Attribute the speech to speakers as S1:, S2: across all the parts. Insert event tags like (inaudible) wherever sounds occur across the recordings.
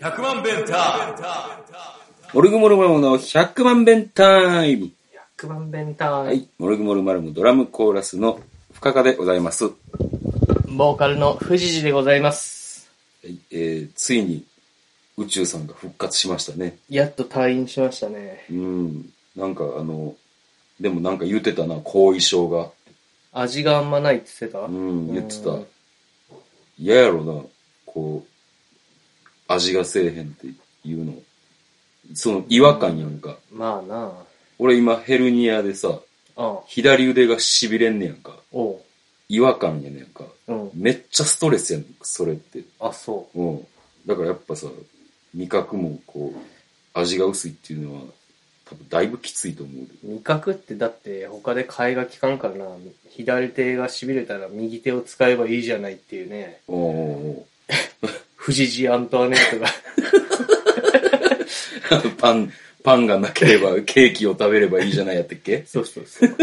S1: 100万ベンター
S2: モルグモルマルモの100万弁タイム。
S3: 100万弁タ
S2: は
S3: イム。
S2: い。モルグモルマルモドラムコーラスの深川でございます。は
S3: ボーカルの藤次でございます。
S2: いえーついに宇宙さんが復活しましたね。
S3: やっと退院しましたね。
S2: うん。なんかあの、でもなんか言ってたな、後遺症が。
S3: 味があんまないって言ってた
S2: うん、言ってた
S3: うん。
S2: 嫌やろな、こう、味がせえへんっていうの。その違和感やんか。
S3: まあな
S2: 俺今ヘルニアでさ、
S3: あ。ああ
S2: 左腕が痺れんねやんか。
S3: おう。
S2: 違和感やねんか。
S3: うん。
S2: めっちゃストレスやねん、それって。
S3: あ、そ
S2: うん。だからやっぱさ、味覚もこう、味が薄いっていうのは、多分だいぶきついと思うで。
S3: う。味覚ってだって他で替えが効かんからな。左手が痺れたら右手を使えばいいじゃないっていうね。
S2: おうおうおう
S3: 藤次アントワネッ (laughs) トが。
S2: (laughs) パン、パンがなければケーキを食べればいいじゃないやったっけ
S3: そうそう (laughs) そう。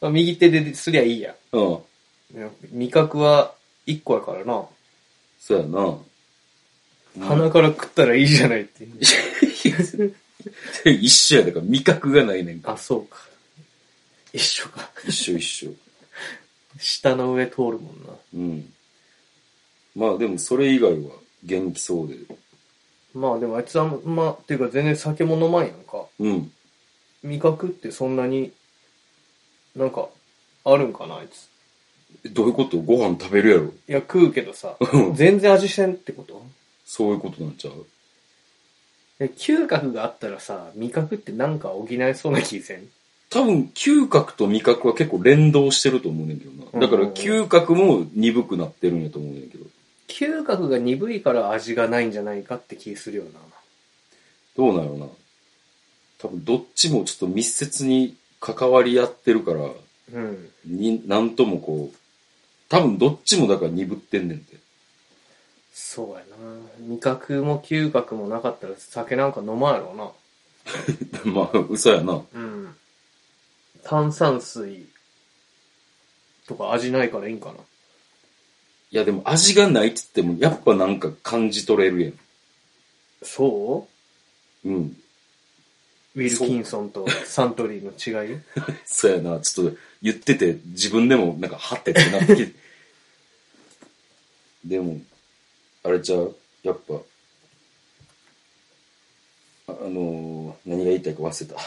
S3: まあ右手ですりゃいいや
S2: うん。
S3: ん。ね味覚は一個やからな。
S2: そうやな。
S3: 鼻から食ったらいいじゃないっていう。
S2: (laughs) 一緒やだから味覚がないねんか。
S3: あ、そうか。一緒か。
S2: 一緒一緒。
S3: 下の上通るもんな。
S2: うん。まあでもそれ以外は元気そうで。
S3: まあでもあいつは、まあ、っていうか全然酒も飲まんやんか。
S2: うん。
S3: 味覚ってそんなに、なんか、あるんかな、あいつ。
S2: えどういうことご飯食べるやろ
S3: いや、食うけどさ
S2: うん、
S3: 全然味せんってこと
S2: そういうことなんちゃう
S3: え嗅覚があったらさ、味覚ってなんか補えそうな気せん
S2: 多分嗅覚と味覚は結構連動してると思うねんけどな。だから
S3: うん
S2: 嗅覚も鈍くなってるんやと思うねんけど。
S3: 嗅覚が鈍いから味がないんじゃないかって気するよな。
S2: どうなるな。多分どっちもちょっと密接に関わり合ってるから、
S3: うん。
S2: に、なんともこう、多分どっちもだから鈍ってんねんて。 (laughs)
S3: そうやな。味覚も嗅覚もなかったら酒なんか飲まんやろうな。
S2: まあ、嘘やな。
S3: うん。炭酸水とか味ないからいいんかな。
S2: いやでも味がないっつっても、やっぱなんか感じ取れるや
S3: そ
S2: ん。うん。
S3: うウィルキンソンとサントリーの違い
S2: そうやな。ちょっと言ってて、自分でもなんか、はってってなってきて。 (laughs) でも、あれちゃうやっぱ、ああのー何が言いたいか忘れた。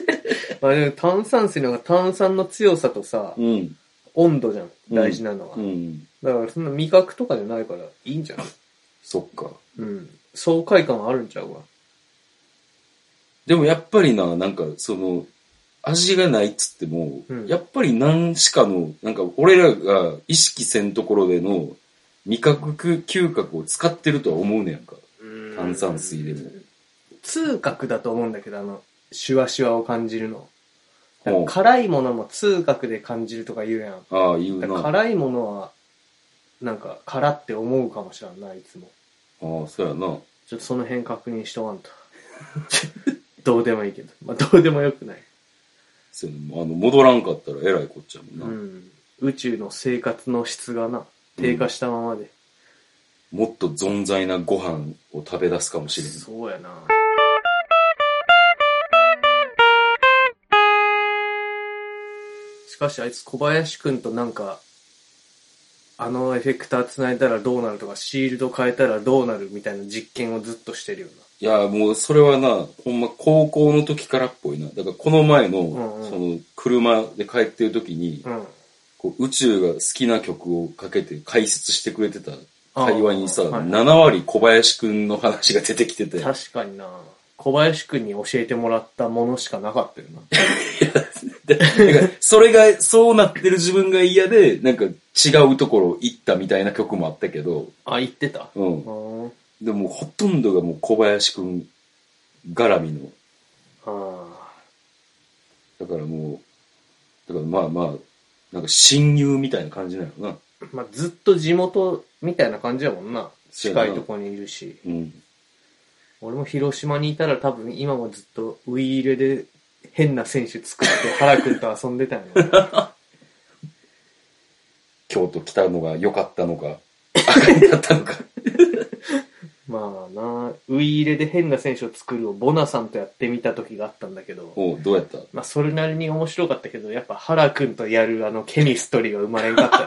S3: (laughs) まあでも炭酸水の方が炭酸の強さとさ、
S2: うん。
S3: 温度じゃん。大事なのは。
S2: うん。
S3: だからそんな味覚とかじゃないからいいんじゃん。
S2: そっか。
S3: うん。爽快感あるんちゃうわ。
S2: でもやっぱりな、なんかその、味がないっつっても、
S3: うん
S2: やっぱり何しかの、なんか俺らが意識せんところでの味覚、嗅覚を使ってるとは思うねやんか。炭酸水でも。
S3: 痛覚だと思うんだけど、あの、シュワシュワを感じるの。だから
S2: ほう
S3: 辛いものも痛覚で感じるとか言うやん。
S2: ああ、言う
S3: だ
S2: な。
S3: から
S2: あ
S3: 辛いものは、なんか、辛って思うかもしれんない、いつも。
S2: あ、そうやな。
S3: ちょっとその辺確認しとかん (laughs) と。どうでもいいけど。まあ、どうでもよくない。
S2: そうやなあの、戻らんかったらえらいこっちゃもんな。
S3: うん。宇宙の生活の質がな、低下したままで。
S2: もっと存在なご飯を食べ出すかもしれん。
S3: そうやな。しかしあいつ小林くんとなんか、あのエフェクター繋いだらどうなるとか、シールド変えたらどうなるみたいな実験をずっとしてるよ
S2: いや、もうそれはな、ほんま高校の時からっぽいな。だからこの前の、
S3: んうん
S2: その、車で帰ってる時に、
S3: な。うん。
S2: こう宇宙が好きな曲をかけて解説してくれてた会話にさ、
S3: あーはい
S2: 7割小林くんの話が出てきてて、いや
S3: 確かにな小林くんに教えてもらったものしかなかったよな。
S2: だからそれが、そうなってる自分が嫌で、なんか違うところ行ったみたいな曲もあったけど、
S3: あ、言ってた
S2: う。
S3: うんん。あ
S2: でもほとんどがもう小林くん絡みの、
S3: あ。
S2: だからもう、だからまあまあ、なんか親友みたいな感じなのな。
S3: まあ、ずっと地元みたいな感じやもんな。
S2: そうやな
S3: 近いとこにいるし。
S2: うん。
S3: 俺も広島にいたら多分今もずっとウイイ
S2: (laughs)
S3: レで変な選手作って原くんと遊んでたんよ。
S2: 京都来たのが良かったのか、赤になったのか。
S3: まあな、ウイ入れで変な選手を作るをボナさんとやってみた時があったんだけど、
S2: おうどうやった
S3: まあそれなりに面白かったけど、やっぱ原くんとやるあのケミストリーは生まれんかったよ。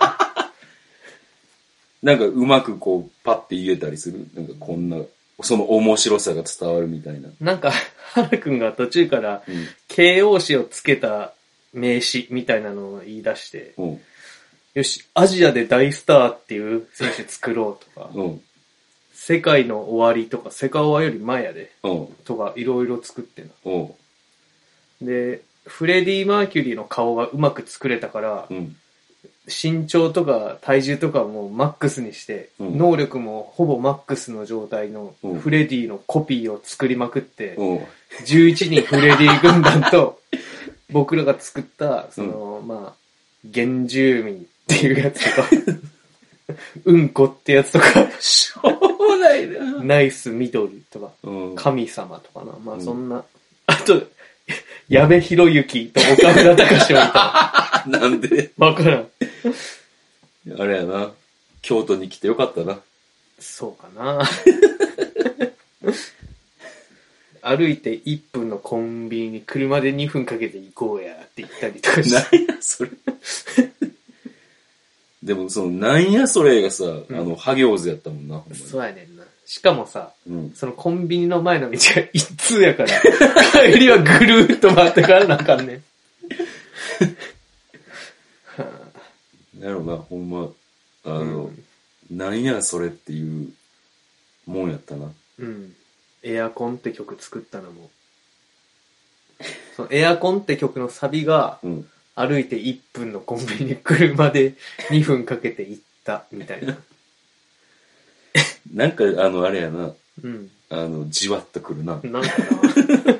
S2: なんかうまくこう、パッて言えたりするなんかこんな、その面白さが伝わるみたいな。
S3: なんか (laughs) 原くんが途中から
S2: うん。
S3: 形容詞をつけた名詞みたいなのを言い出して、
S2: うん。
S3: よし、アジアで大スターっていう選手作ろうとか、
S2: うん。
S3: 世界の終わりとか、世界終わりより前やで、
S2: うん。
S3: とかいろいろ作ってな。
S2: うん。
S3: で、フレディ・マーキュリーの顔がうまく作れたから、
S2: うん。
S3: 身長とか体重とかもマックスにして、
S2: うん
S3: 能力もほぼマックスの状態の
S2: うん
S3: フレディのコピーを作りまくって、
S2: うん。
S3: 11人フレディ軍団
S2: (laughs)
S3: と僕らが作った、その、まあ、原住民っていうやつとか、 (laughs) うんこってやつとか、
S2: しょうがないな。
S3: ナイス緑とか、
S2: うん。
S3: 神様とかな。まあ
S2: うん
S3: そんな。あと、矢部博之と岡村隆史を
S2: (laughs)
S3: いた。
S2: なんで、
S3: わからん。
S2: あれやな。京都に来てよかったな。
S3: そうかな。 (laughs) 歩いて1分のコンビニに車で2分かけて行こうやって言ったりとかして。
S2: なんやそれ。でも、その、なんやそれがさ、あの、ハギョーズやったもんな、ほんまに
S3: そうやねんな。しかもさ、
S2: うん。
S3: そのコンビニの前の道が一通や (laughs) から、帰りはぐるーっと回ってからなあかんねん。
S2: なんやろな、ほんま、あ
S3: う
S2: の、
S3: ん
S2: なんやそれっていうもんやったな。
S3: うん。エアコンって曲作ったのも。そのエアコンって曲のサビが、
S2: うん。
S3: 歩いて1分のコンビニに車で2分かけて行った、みたいな。
S2: なんか、あの、あれやな、
S3: うん。
S2: あの、じわっとくるな。
S3: (laughs) なんかな。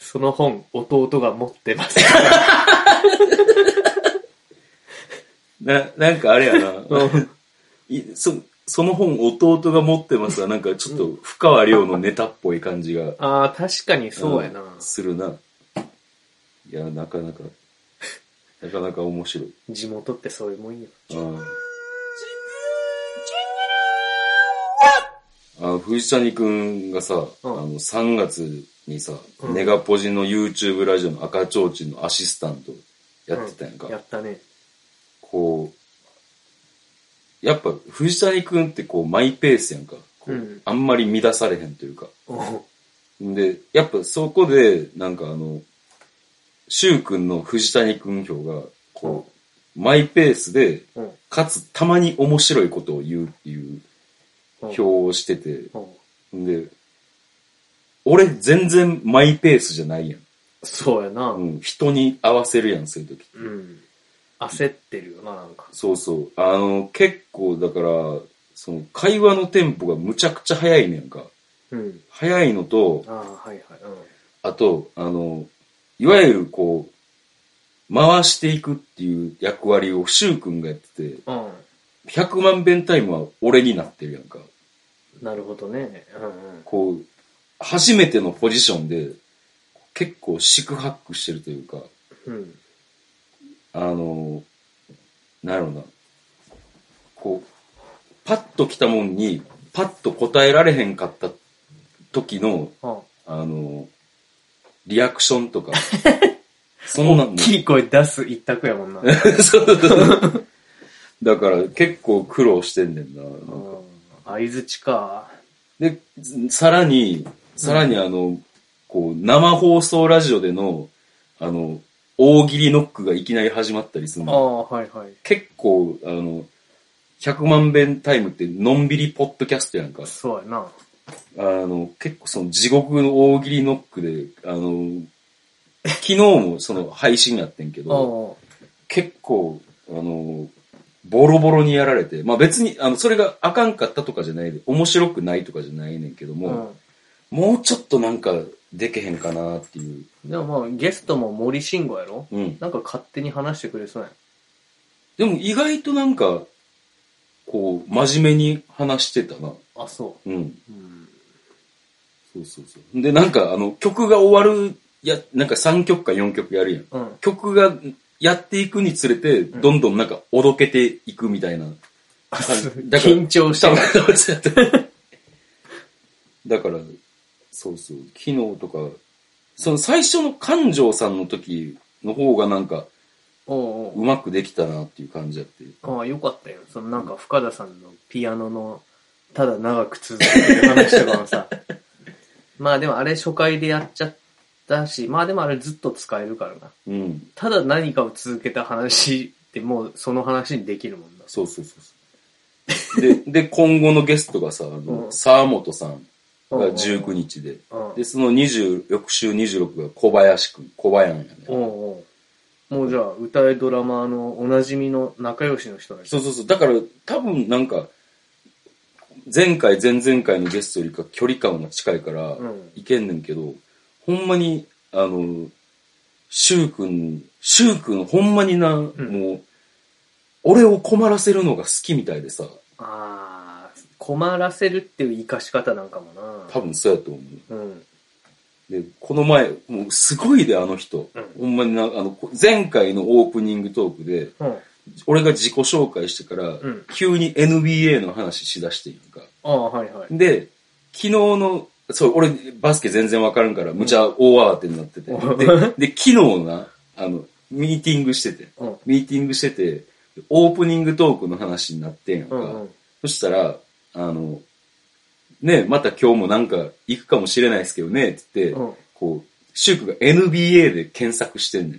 S3: その本、弟が持ってます。
S2: な、なんかあれやな
S3: (laughs) うん。
S2: (laughs) いそその本、弟が持ってますわ。なんかちょっと、深川亮のネタっぽい感じが。
S3: ああ、確かにそうやな。
S2: んするな。いや、なか (laughs) なか、なかなか面白い。
S3: 地元ってそういうもんよ。
S2: うんあの、藤谷くんがさ、あの、3月にさ、
S3: うん
S2: ネガポジの YouTube ラジオの赤ちょうちんのアシスタントやってたやんか。
S3: やったね。
S2: こう、やっぱ藤谷くんってこうマイペースやんか。こう
S3: うん
S2: あんまり乱されへんというか。
S3: おう
S2: で、やっぱそこで、なんかあの、柊くんの藤谷くん票が、こう、マイペースで、
S3: うん。
S2: かつたまに面白いことを言うっていう
S3: うん
S2: 票をしてて、
S3: うん
S2: で、俺全然マイペースじゃないやん。
S3: そうやな。う。
S2: うんん、人に合わせるやん、そういう時。
S3: 焦ってるよな、なんか。
S2: そうそう。あの、結構だから、その会話のテンポがむちゃくちゃ早いねんか。
S3: うん。
S2: 早いのと
S3: あ、あ、はいはい。うん。
S2: あと、あの、いわゆるこう、回していくっていう役割をシュウ君がやってて、
S3: うん。
S2: 100万遍タイムは俺になってるやんか。
S3: なるほどね。うん
S2: こう、初めてのポジションで、結構四苦八苦してるというか、
S3: うん。うん。
S2: あの、なんやろな。こう、パッと来たもんに、パッと答えられへんかった時の、
S3: あ
S2: あの、リアクションとか、そんなんも
S3: 大きい声出す一択や
S2: (laughs)
S3: もんな。
S2: そうそうそうだから結構苦労してんねんな。なんか
S3: 相づちか。
S2: で、さらに、さらにあの、こう、生放送ラジオでの、あの、大喜利ノックがいきなり始まったりする
S3: あ
S2: の。
S3: あ、はいはい。
S2: 結構、あの、100万遍タイムってのんびりポッドキャストやんか。
S3: そうやな。
S2: あの、結構その地獄の大喜利ノックで、あの、昨日もその配信やってんけど、
S3: あ
S2: 結構、あの、ボロボロにやられて、まあ別に、あの、それがあかんかったとかじゃないで、面白くないとかじゃないねんけど
S3: あ、う
S2: も、
S3: ん。
S2: もうちょっとなんかでけへんかなっていう。
S3: でもまあ、ゲストも森慎吾やろ
S2: うん。
S3: なんか勝手に話してくれそうやん。
S2: でも意外となんか、こう、真面目に話してたな。
S3: あ、そ
S2: うん。
S3: う。うん。
S2: そうそうそう。で、なんかあの、曲が終わる、や、なんか3曲か4曲やるやん。
S3: うん。
S2: 曲が1やっていくにつれて、どんどんなんか、おどけていくみたいな。だから
S3: (laughs) 緊張し
S2: 多
S3: た
S2: 分。そうそうそうだから、そうそう、昨日とか、その最初の感情さんの時の方がなんか、
S3: おう
S2: うまくできたなっていう感じやって。
S3: おうああ、よかったよ。そのなんか、深田さんのピアノの、ただ長く続けてる話とかもさ。まあでもあれ初回でやっちゃったし、まあでもあれずっと使えるからな。
S2: うん。
S3: ただ何かを続けた話ってもうその話にできるもんな。
S2: そうそうそうそう。
S3: (laughs)
S2: で、で、今後のゲストがさ、あ
S3: う
S2: の、
S3: ん
S2: 沢本さん
S3: うん
S2: が19日で、
S3: うん
S2: で、その20、翌週26が小林くん、小林やね。
S3: おうおうもうじゃあ、歌いドラマーのおなじみの仲良しの人だ
S2: そうそうそう。だから、多分なんか、前回、前々回のゲストよりか距離感が近いから
S3: うん、
S2: いけんねんけど、ほんまに、あの、シュウくん、シュウくんほんまにな、
S3: ん
S2: もう、俺を困らせるのが好きみたいでさ、
S3: ああ、困らせるっていう生かし方なんかもな。
S2: 多分そうやと思う。
S3: うん。
S2: で、この前、もうすごいで、あの人。
S3: うん
S2: ほんまにな、あの、こ前回のオープニングトークで、
S3: うん。
S2: 俺が自己紹介してから、
S3: ん
S2: 急に NBA の話しだしているか。
S3: ああ、はいはい。
S2: で、昨日の、そう、俺、バスケ全然わからんから、むちゃ大慌てになってて。
S3: うん
S2: で、
S3: (laughs)
S2: で昨日な、あの、ミーティングしてて。
S3: うん。
S2: ミーティングしてて、オープニングトークの話になってんやんか。
S3: うんうん。
S2: そしたら、あの、ね、また今日もなんか行くかもしれないですけどね、つって、
S3: うん
S2: こう、シュークが NBA で検索してんねん。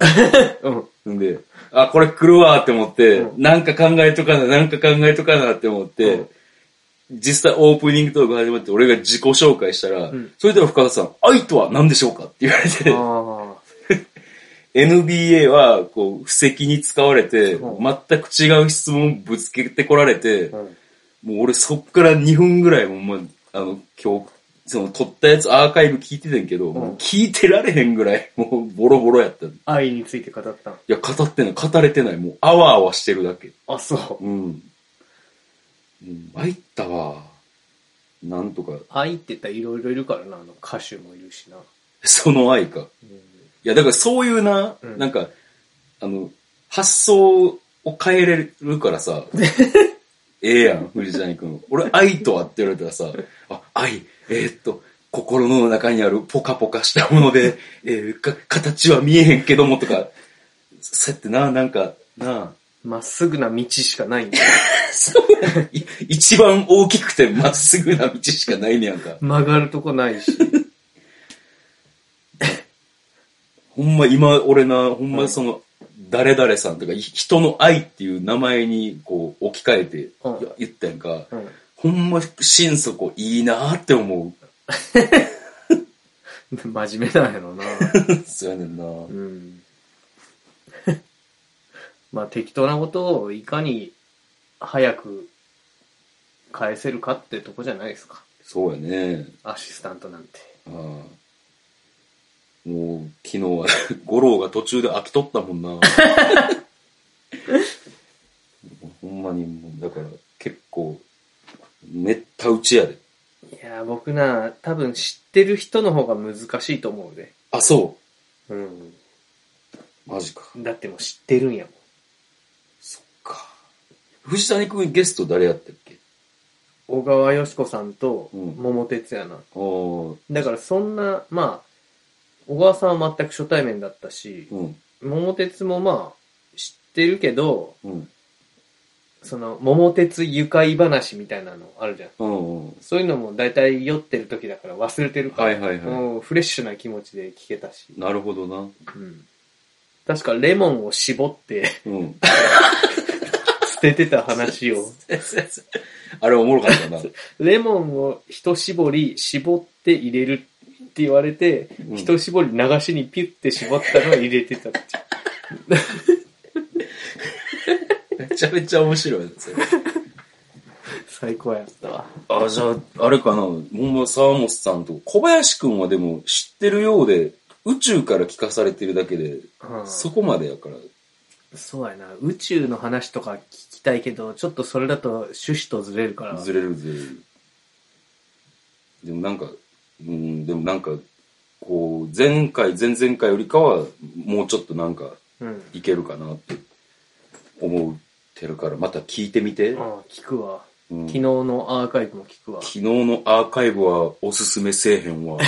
S3: うん。 (laughs)
S2: んで、あ、これ来るわって思って、
S3: う
S2: なんか考えとかな、なんか考えとかなって思って、
S3: うん
S2: 実際オープニングトーク始まって、俺が自己紹介したら、
S3: うん
S2: それでは深田さん、愛とは何でしょうかって言われ
S3: あ
S2: て、NBA は、こう、布石に使われて、
S3: うん
S2: 全く違う質問をぶつけてこられて、
S3: あ。うん。
S2: もう俺そっから2分ぐらいもう、まあ、あの、今日、その撮ったやつアーカイブ聞いてたんやけど、もう聞いてられへんぐらい、もうボロボロやった。い
S3: 愛について語ったの
S2: や、語ってない、語れてない、もうあわあわしてるだけ。
S3: あ、そう。
S2: うん。うん参ったわ。なんとか、
S3: 愛って言ったらいろいろいるからな。あの歌手もいるしな。
S2: その愛か。いや、だからそういうな、
S3: うん
S2: なんか、あの、発想を変えれるから
S3: (laughs)
S2: さ、ええやん、藤谷君。俺、愛とはって言われたらさ、あ、愛、えーっと、心の中にあるポカポカしたもので、えーか形は見えへんけどもとか、そうやってな、なんか、な
S3: まっすぐな道しかないんだ。 (laughs)
S2: い一番大きくてまっすぐな道しかないねやんか。
S3: 曲がるとこないし。
S2: ほんま今、俺な、ほんまその、誰々さんとか、い人の愛っていう名前にこう置き換えて
S3: うん
S2: いや言ったやんか、
S3: うん。
S2: ほんま心底いいなって思
S3: (laughs) 真面目なんやろな。
S2: う。そうやねんな。
S3: うん。 (laughs) まあ適当なことをいかに早く返せるかってとこじゃないですか。
S2: そうやね。
S3: アシスタントなんて。
S2: ああもう、昨日は、 (laughs) 五郎が途中で飽きとったもんな。 (laughs) ほんまにもう、だから結構、めった打ちやで。
S3: いやー、僕な、多分知ってる人の方が難しいと思うで。
S2: あ、そ
S3: うん。
S2: う。マジか。
S3: だってもう知ってるんやもん。
S2: そっか。藤谷くんゲスト誰やったっけ
S3: 小川よしこさんと
S2: うん
S3: 桃鉄やな。
S2: お
S3: だからそんな、まあ、小川さんは全く初対面だったし、
S2: うん、
S3: 桃鉄もまあ、知ってるけど、
S2: うん、
S3: その、桃鉄愉快話みたいなのあるじゃん。
S2: うん、
S3: そういうのも大体酔ってる時だから忘れてるから、
S2: はいはいは
S3: もうフレッシュな気持ちで聞けたし。
S2: い。なるほどな。
S3: うん確かレモンを絞って
S2: うん。
S3: 捨ててた話を。
S2: (laughs) あれおもろかったな。
S3: レモンを一絞り絞って入れるって言われて、
S2: うん
S3: 一絞り流しにピュッて絞ったのを入れてたって。
S2: めちゃめちゃ面白いですよ。
S3: (laughs) 最高やったわ。
S2: あ、じゃあ、あれかな。もん沢本さんと小林くんはでも知ってるようで、宇宙から聞かされてるだけで、
S3: うん
S2: そこまでやから。
S3: そうやな。宇宙の話とか聞きたいけど、ちょっとそれだと趣旨とずれるから。
S2: ずれるずれる。でもなんか、うん、でもなんか、こう、前回、前々回よりかは、もうちょっとなんか、
S3: うん。
S2: いけるかなって思ってるから、また聞いてみて。
S3: ああ、聞くわ。
S2: うん
S3: 昨日のアーカイブも聞くわ。
S2: 昨日のアーカイブはおすすめせえへん
S3: (laughs)
S2: わ。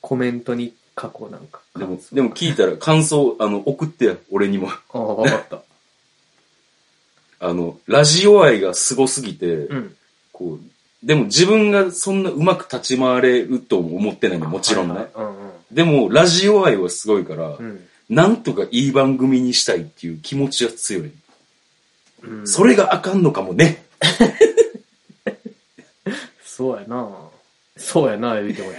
S3: コメントに書こうなんか。
S2: でも、でも聞いたら感想、あの、送ってや、俺にも。 (laughs)
S3: ああ、わかった。
S2: あの、ラジオ愛がすごすぎて、
S3: うん。
S2: こう、でも自分がそんなうまく立ち回れるとも思ってないの、もちろんね。
S3: はいはいうんうん。
S2: でも、ラジオ愛はすごいから、
S3: うん
S2: なんとかいい番組にしたいっていう気持ちは強い。
S3: うん、
S2: それがあかんのかもね。
S3: そうやなそうやな言うても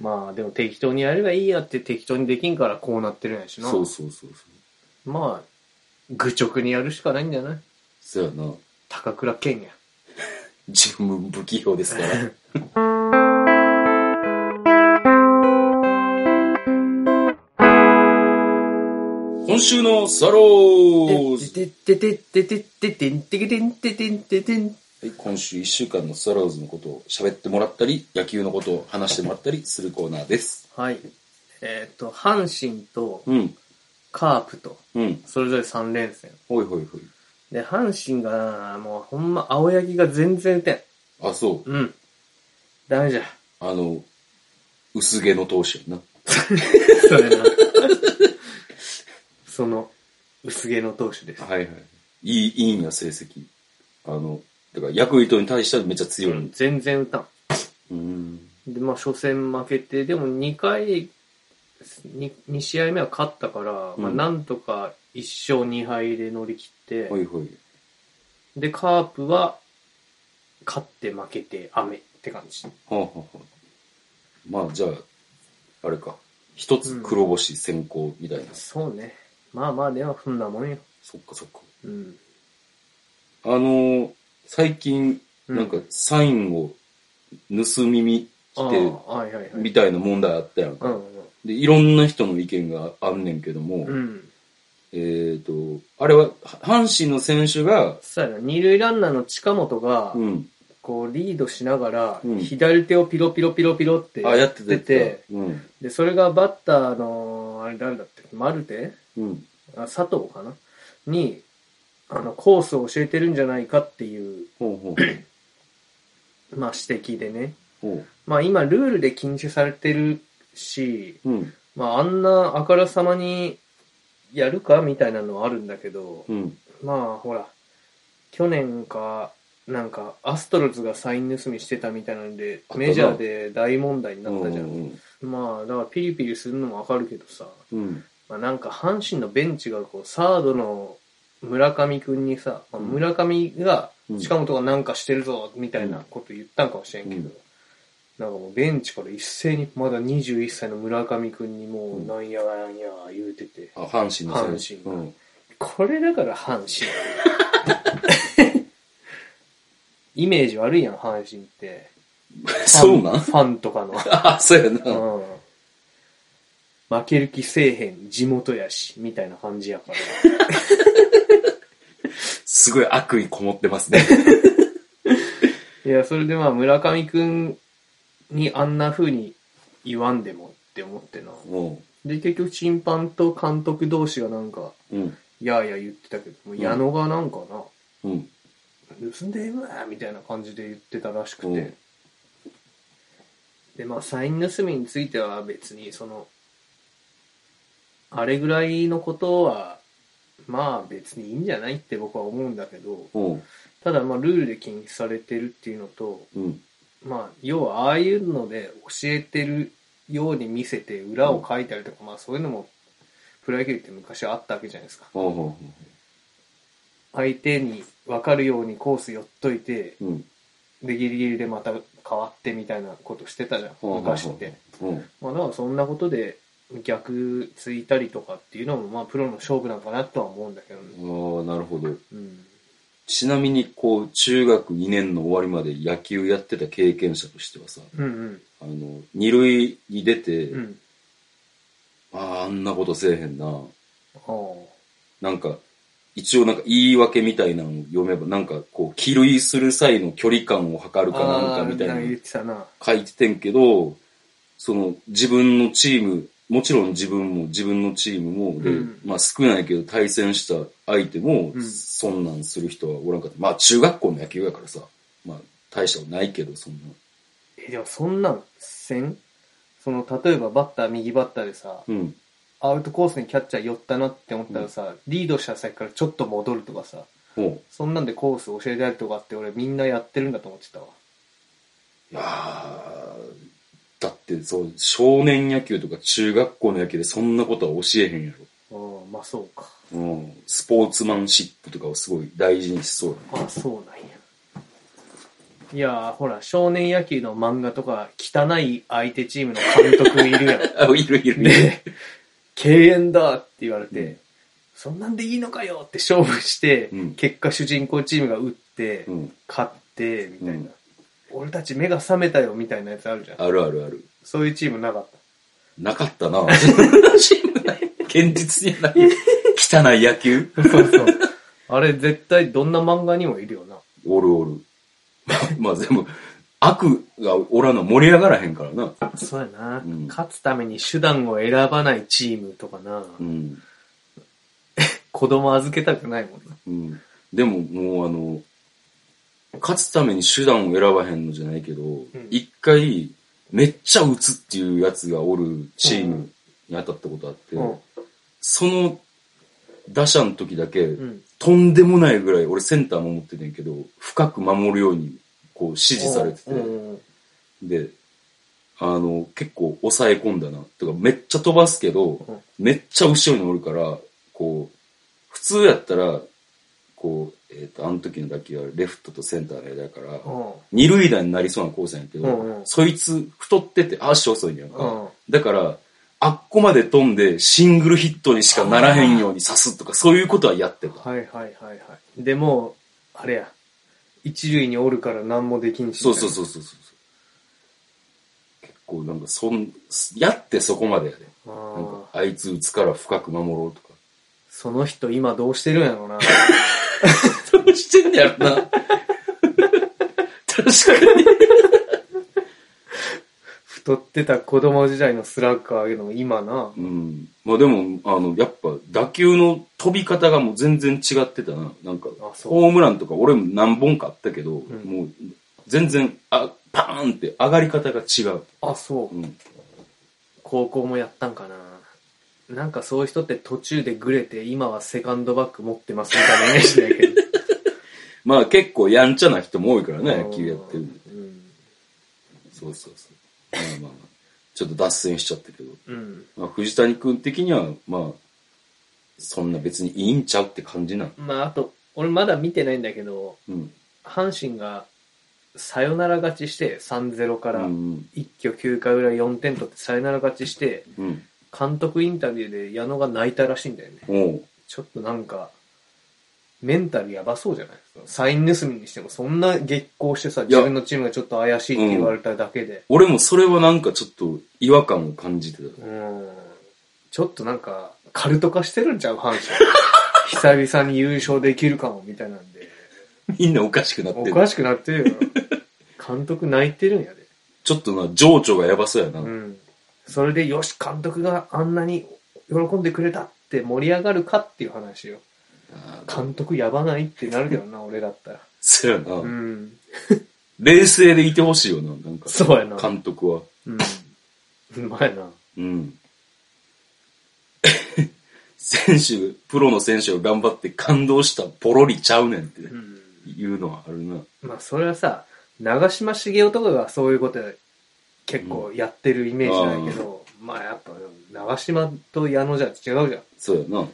S3: まあでも適当にやればいいやって適当にできんからこうなってるんやしな
S2: そうそうそうそう。
S3: まあ愚直にやるしかないんじゃない
S2: そうやな。
S3: 高倉健や
S2: 自分不器用 (laughs) ですから。今週のスワローズ。
S3: てててててててんてけてんててんててん
S2: はい、今週1週間のスワローズのことを喋ってもらったり、野球のことを話してもらったりするコーナーです。
S3: はいえっ、と阪神と
S2: うん、
S3: カープと
S2: うん。
S3: それぞれ3連戦
S2: ほいほいほい。
S3: で阪神がもうほんま青柳が全然打てん
S2: あ、そう。
S3: うんダメじゃ
S2: あの、薄毛の投手やな。
S3: それな。 (laughs) その、薄毛の投手です。
S2: はいはい。いい、いいんや、成績。あの、だから、ヤクルトに対してはめっちゃ強いんです。
S3: 全然打たん。
S2: うん。
S3: で、まあ、初戦負けて、でも2回、2, 2試合目は勝ったから、ま
S2: う
S3: あ、
S2: ん
S3: なんとか1勝2敗で乗り切って、
S2: ほいほい。
S3: で、カープは、勝って負けて雨って感じ。
S2: はあ、はあはあ、まあ、じゃあ、あれか。一つ黒星先行みたいな。
S3: そうね。まあまあ、では、そんなもんよ。
S2: そっかそっか。
S3: うん。
S2: あのー最近、
S3: う
S2: なんか、サインを盗み見
S3: ああ
S2: て、
S3: はいはいはい。
S2: みたいな問題あったやん
S3: う
S2: か。
S3: んうん。
S2: で、いろんな人の意見があんねんけども、
S3: うん。
S2: えっ、と、あれは、阪神の選手が、
S3: そうやな、二塁ランナーの近本が、
S2: うん、
S3: こうリードしながら、
S2: うん
S3: 左手をピロピロピロピロって
S2: あ、やって
S3: 出
S2: て
S3: て、
S2: うん、
S3: で、それがバッターの、あれ誰だって、マルテ
S2: うん。
S3: あ佐藤かなに、あの、コースを教えてるんじゃないかっていう、
S2: ほうほう。
S3: まあ指摘でね。
S2: ほう。
S3: まあ今ルールで禁止されてるし、
S2: うん、
S3: まああんなあからさまにやるかみたいなのはあるんだけど、
S2: うん。
S3: まあほら、去年か、なんかアストロズがサイン盗みしてたみたいなんで
S2: あ、ったな
S3: メジャーで大問題にな
S2: う
S3: っ
S2: ん
S3: たじゃん。
S2: うん
S3: まあだからピリピリするのもわかるけどさ、
S2: うん。
S3: まあ、なんか阪神のベンチがこうサードの村上くんにさ、まあ村上が
S2: うん
S3: 近本がなんかしてるぞみたいなこと言ったんかもしれんけど、
S2: うん
S3: なんかもうベンチから一斉にまだ21歳の村上くんにもうなんやなんや言うてて、
S2: あ、阪神の選手。
S3: 阪神
S2: うん。 (laughs)
S3: これだから阪神
S2: (laughs)
S3: イメージ悪いやん阪神って
S2: そうなん
S3: ファンとかの
S2: あ、そうやな。
S3: うん負ける気せえへん、地元やし、みたいな感じやから。
S2: すごい悪意こもってますね。
S3: いや、それでまあ、村上くんにあんな風に言わんでもって思ってな。
S2: うん。
S3: で、結局審判と監督同士がなんか、
S2: うん。
S3: やーやー言ってたけど、もう矢野がなんかな、
S2: うん。
S3: 盗んでえわーみたいな感じで言ってたらしくて。
S2: うん
S3: で、まあ、サイン盗みについては別に、その、あれぐらいのことは、まあ別にいいんじゃないって僕は思うんだけど、
S2: うん。
S3: ただまあルールで禁止されてるっていうのと、
S2: うん。
S3: まあ要はああいうので教えてるように見せて裏を書いたりとか、まあそういうのもプロ野球って昔はあったわけじゃないですか。
S2: ほうほ
S3: 相手に分かるようにコース寄っといて、
S2: う。うん。
S3: でギリギリでまた変わってみたいなことしてたじゃん、昔って。
S2: うん。
S3: まあだからそんなことで逆ついたりとかっていうのもまあプロの勝負なんかなとは思うんだけどね。
S2: ああ、なるほど。
S3: うん。
S2: ちなみに、こう、中学2年の終わりまで野球やってた経験者としてはさ、
S3: うん
S2: あの、二塁に出て、
S3: うん。うん。
S2: ああ、あんなことせえへんな。
S3: ああ。
S2: なんか、一応なんか言い訳みたいなのを読めば、なんかこう、帰塁する際の距離感を測るかなんかみたい
S3: あー
S2: な
S3: 言っ
S2: の
S3: てたな。
S2: 書いててんけど、その自分のチーム、もちろん自分も自分のチームもで、
S3: うん
S2: まあ少ないけど対戦した相手も、
S3: うん
S2: そんなんする人はおらんかった。まあ中学校の野球やからさ、まあ大したことないけど、そんな。
S3: え、でもそんなん、せんその、例えばバッター、右バッターでさ、
S2: うん。
S3: アウトコースにキャッチャー寄ったなって思ったらさ、リードした先からちょっと戻るとかさ、
S2: もう、
S3: そんなんでコース教えたりとかって俺みんなやってるんだと思ってたわ。
S2: いやーだってそう、少年野球とか中学校の野球でそんなことは教えへんや
S3: うん、まあそうか。
S2: ろ。うん。スポーツマンシップとかをすごい大事にしそうやな
S3: あ、そうなんや。いやー、ほら、少年野球の漫画とか、汚い相手チームの監督いる (laughs) やん。
S2: あ、いるいるいる。
S3: で、敬遠だって言われて、
S2: うん
S3: そんなんでいいのかよって勝負して、
S2: うん
S3: 結果主人公チームが打って、
S2: うん。
S3: 勝って、みたいな、
S2: うん
S3: 俺たち目が覚めたよみたいなやつあるじゃん。
S2: あるあるある。
S3: そういうチームなかっ
S2: なかったな現実にはない。汚い野球
S3: た。そうそう。 (laughs) あれ絶対どんな漫画にもいるよな。
S2: おるおる。まあ、 (laughs) まあ、でも、悪がおらんの盛り上がらへんからな。
S3: そうやな、
S2: うん
S3: 勝つために手段を選ばないチームとかな。
S2: うん。
S3: 子供預けたくないもんな。
S2: うん。でも、もうあの、勝つために手段を選ばへんのじゃないけど、一回、めっちゃ打つっていうやつがおるチームに当たったことあって、
S3: うん。
S2: その打者の時だけ、
S3: うん。
S2: とんでもないぐらい、俺センター守っててんけど、深く守るように、こう指示されてて、
S3: うん
S2: で、あの、結構抑え込んだな。とか、めっちゃ飛ばすけど、
S3: ん
S2: めっちゃ後ろにおるから、こう、普通やったら、こう、えっ、と、あの時の打球はレフトとセンターの間やから、
S3: うん。
S2: 二塁打になりそうなコースやんやけど、
S3: うんうん
S2: そいつ太ってて足遅いんやんか。
S3: うん
S2: だから、あっこまで飛んでシングルヒットにしかならへんように刺すとか、そういうことはやってた。
S3: はいはいはいはい。でも、あれや。一塁におるから何もできんし。
S2: そうそうそうそうそう。結構なんかそん、やってそこまでやで。な
S3: う。
S2: んか
S3: ああ。
S2: あいつ打つから深く守ろうとか。
S3: その人今どうしてるんやろうな。
S2: どうしてんやろな。確かに。
S3: 太ってた子供時代のスラッガーあげるのも今な。
S2: うん。まあでも、あの、やっぱ打球の飛び方がもう全然違ってたな。なんか、
S3: あそう
S2: ホームランとか俺も何本かあったけど、
S3: ん
S2: もう全然、あ、パーンって上がり方が違う。
S3: あ、そう。
S2: うん。
S3: 高校もやったんかな。なんかそういう人って途中でグレて今はセカンドバッグ持ってますみたいなイメージだけど。
S2: まあ結構やんちゃな人も多いから (laughs) ね、野球やってる。
S3: うん。
S2: そうそうそう。まあまあまあ。ちょっと脱線しちゃったけど。
S3: うん。
S2: まあ、藤谷君的には、まあ、そんな別にいいんちゃうって感じなん。
S3: まああと、俺まだ見てないんだけど、
S2: うん。
S3: 阪神がサヨナラ勝ちして3-0か
S2: う
S3: ら
S2: ん。
S3: 一挙9回裏4点取ってサヨナラ勝ちして、
S2: うん。
S3: 監督インタビューで矢野が泣いたらしいんだよね。
S2: おう。
S3: ちょっとなんか、メンタルやばそうじゃないサイン盗みにしても、そんな激高してさ、
S2: いや
S3: 自分のチームがちょっと怪しいって言われただけで、
S2: 俺もそれはなんかちょっと違和感を感じてた。
S3: うん、ちょっとなんか、カルト化してるんちゃう
S2: (laughs)
S3: 阪神。久々に優勝できるかも、みたいなんで。
S2: みんなおかしくなって
S3: お
S2: る。
S3: かしくなってるよ。監督泣いてるんやで。
S2: ちょっとな、情緒がやばそうやな。
S3: うん。それで、よし、監督があんなに喜んでくれたって盛り上がるかっていう話よ。
S2: あー
S3: 監督やばないってなるけどな、俺だったら。
S2: そうやな、
S3: うん。
S2: 冷静でいてほしいよな、なんか。
S3: そうやな。
S2: 監督は。
S3: うん。うまいな。
S2: うん。 (laughs) 選手、プロの選手が頑張って感動したポロリちゃうねんって
S3: うん。
S2: いうのはあるな。
S3: まあ、それはさ、長嶋茂雄とかがそういうこと結構やってるイメージなんやけど、まあやっぱ、長嶋と矢野じゃ違うじゃん。
S2: そうやな。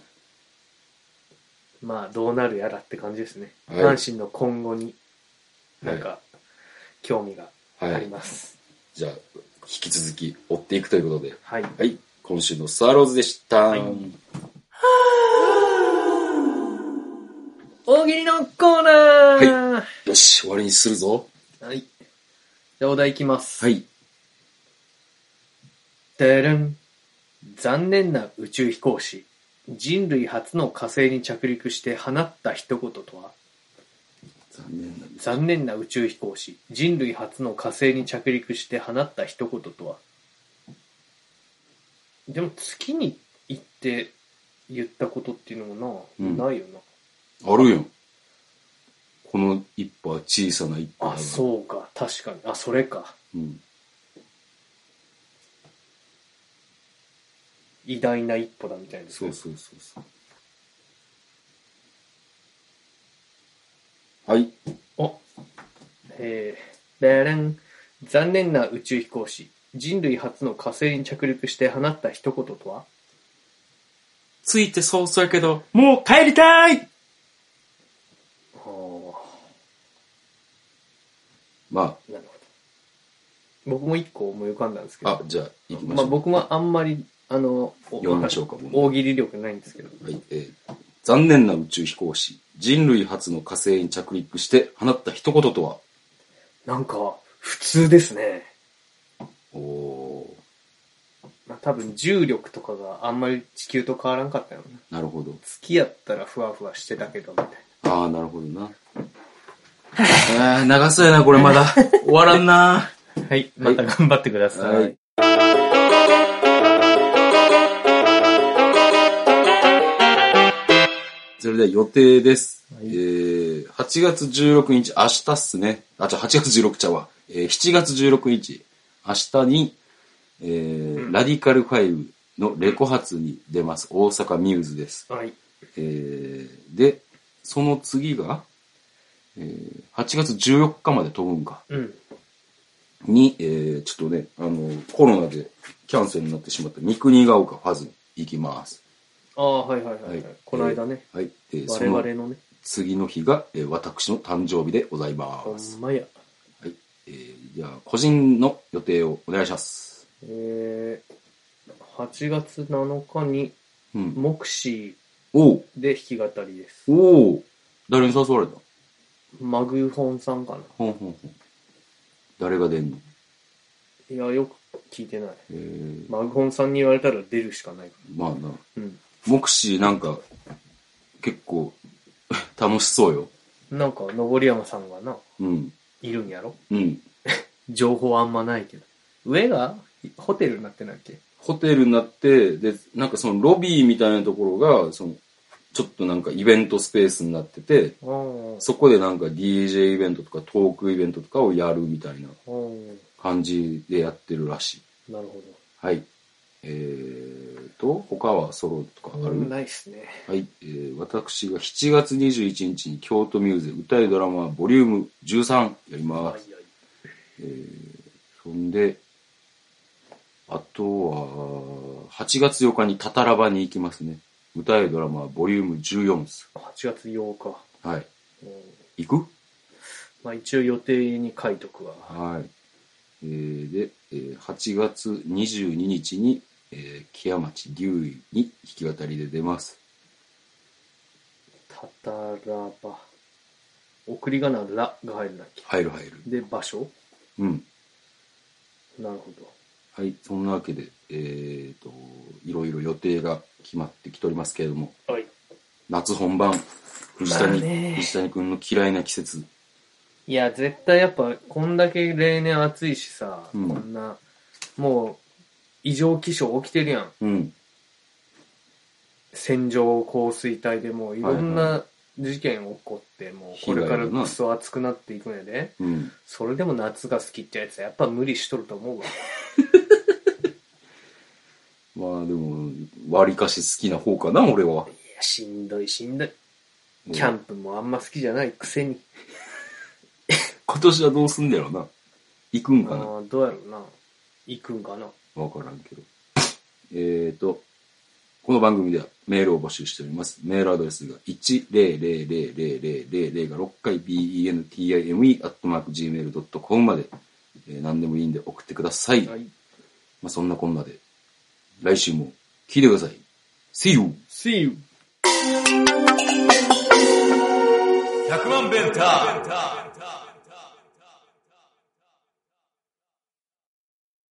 S3: まあ、どうなるやらって感じですね。
S2: はい
S3: 阪神の今後に、なんか、興味があります。
S2: じゃあ、引き続き追っていくということで。
S3: はい。
S2: はい。今週のスワローズでした。
S3: 大喜利のコーナーは
S2: よし、終わりにするぞ。
S3: い。じゃあお題いきます。
S2: はい。
S3: てるん。残念な宇宙飛行士。人類初の火星に着陸して放った一言とは
S2: 残念だ。
S3: 残念な宇宙飛行士。人類初の火星に着陸して放った一言とはでも月に行って言ったことっていうのもな、
S2: うん
S3: ないよな。
S2: あるよ。この一歩は小さな一歩だな。
S3: あ、そうか。確かに。あ、それか。
S2: うん。
S3: 偉大な一歩だみたいな。
S2: そうそうそうそう。はい。
S3: おえー、ベレン。残念な宇宙飛行士。人類初の火星に着陸して放った一言とは
S2: ついてそうそうやけど、もう帰りたい
S3: ああ、
S2: ま
S3: なるほど。僕も一個思い浮かんだんですけ
S2: あ、あ
S3: ど、。
S2: じゃあ、行きまし
S3: ま
S2: ょ
S3: あ
S2: う。
S3: 僕もあんまり、あの、お
S2: 読みましょうかもう
S3: 大喜利力ないんですけど。
S2: はい、えー残念な宇宙飛行士、人類初の火星に着陸して放った一言とは
S3: なんか、普通ですね。
S2: おー
S3: まあ、多分重力とかがあんまり地球と変わらんかったよね。
S2: なるほど。
S3: 月やったらふわふわしてたけど、みたいな。
S2: ああ、なるほどな。 (laughs) ああ、長そうやな、これまだ。終わらんな。
S3: はい、また頑張ってください。
S2: はいそれでは予定です。
S3: はい
S2: えー、8月16日、明日っすね。あ、じゃ8月16ちゃうわ。えー、7月16日、明日に、えーラディカルファイブのレコ発に出ます。大阪ミューズです。
S3: はい。
S2: えー、で、その次が、えー、8月14日まで飛ぶんか。
S3: うん。
S2: に、えー、ちょっとね、あの、コロナでキャンセルになってしまった三国ヶ丘ファズに行きます。
S3: ああ、はいはいはい、はい。この間ね、
S2: えーはい。えー
S3: 我
S2: そ
S3: 々
S2: の
S3: のね、
S2: 次の日が、えー私の誕生日でございま
S3: ほ
S2: す。
S3: んまや。
S2: はい。えー、じゃあ、個人の予定をお願いします。
S3: えー、8月7日に、
S2: うん。
S3: 目視
S2: おう
S3: で弾き語りです。
S2: おう誰に誘われた
S3: マグホンさんかな。
S2: ほんほんほん。誰が出んの
S3: いや、よく聞いてない。
S2: えー、
S3: マグホンさんに言われたら出るしかないか
S2: まあな。
S3: ら。うん。
S2: 目視なんか、結構、 (laughs) 楽しそうよ。
S3: なんか、登山さんがな、
S2: うん。
S3: いるんやろ
S2: うん。
S3: 情報あんまないけど。上がホテルになってないっけ
S2: ホテルになって、で、なんかそのロビーみたいなところが、その、ちょっとなんかイベントスペースになってて、
S3: ああ。
S2: そこでなんか DJ イベントとかトークイベントとかをやるみたいな
S3: あ
S2: 感じでやってるらしい。
S3: あ。なるほ
S2: はい。えーと、他はソロとか
S3: ど。
S2: ある、
S3: ないっすね。
S2: はい、えー私が7月21日に京都ミューズ歌いドラマボリューム13やり
S3: は
S2: ます。
S3: いはい。
S2: そんで、あとは、8月8日にタタラバに行きますね。歌いドラマボリューム14っす。
S3: 8月8日。
S2: はい。
S3: うん
S2: 行く
S3: まあ一応予定に書いとくわ。
S2: はい。えーで、えー8月22日に、えー、木屋町竜医に弾き語りで出ます。
S3: たたらば。送り仮名らが入るんだっけ
S2: 入る入る。
S3: で、場所
S2: うん。
S3: なるほど。
S2: はい。そんなわけで、えーと、いろいろ予定が決まってきておりますけれども、
S3: はい。
S2: 夏本番、藤
S3: まあ
S2: 谷、
S3: ね
S2: 藤谷くんの嫌いな季節。
S3: いや、絶対やっぱ、こんだけ例年暑いしさ、
S2: うん
S3: こんな、もう、異常気象起きてるやん。
S2: うん。
S3: 線状降水帯でもういろん
S2: はい
S3: な事件起こって、もうこれからクソ暑くなっていくんやで。
S2: うん。
S3: それでも夏が好きってやつはやっぱ無理しとると思うわ。
S2: まあでも、割かし好きな方かな、俺は。
S3: いや、しんどいしんどい。キャンプもあんま好きじゃないくせに。
S2: 今年はどうすんだろうな。行くん
S3: あ
S2: かな
S3: あどうやろうな。行くんかな。
S2: わからんけど。えーと、この番組ではメールを募集しております。メールアドレスが1000000が6回 bentime.gmail.com まで、えー何でもいいんで送ってください。
S3: はい。
S2: まあそんなこんなで、来週も聞いてください。See you!
S3: See you!
S1: 100万ベンター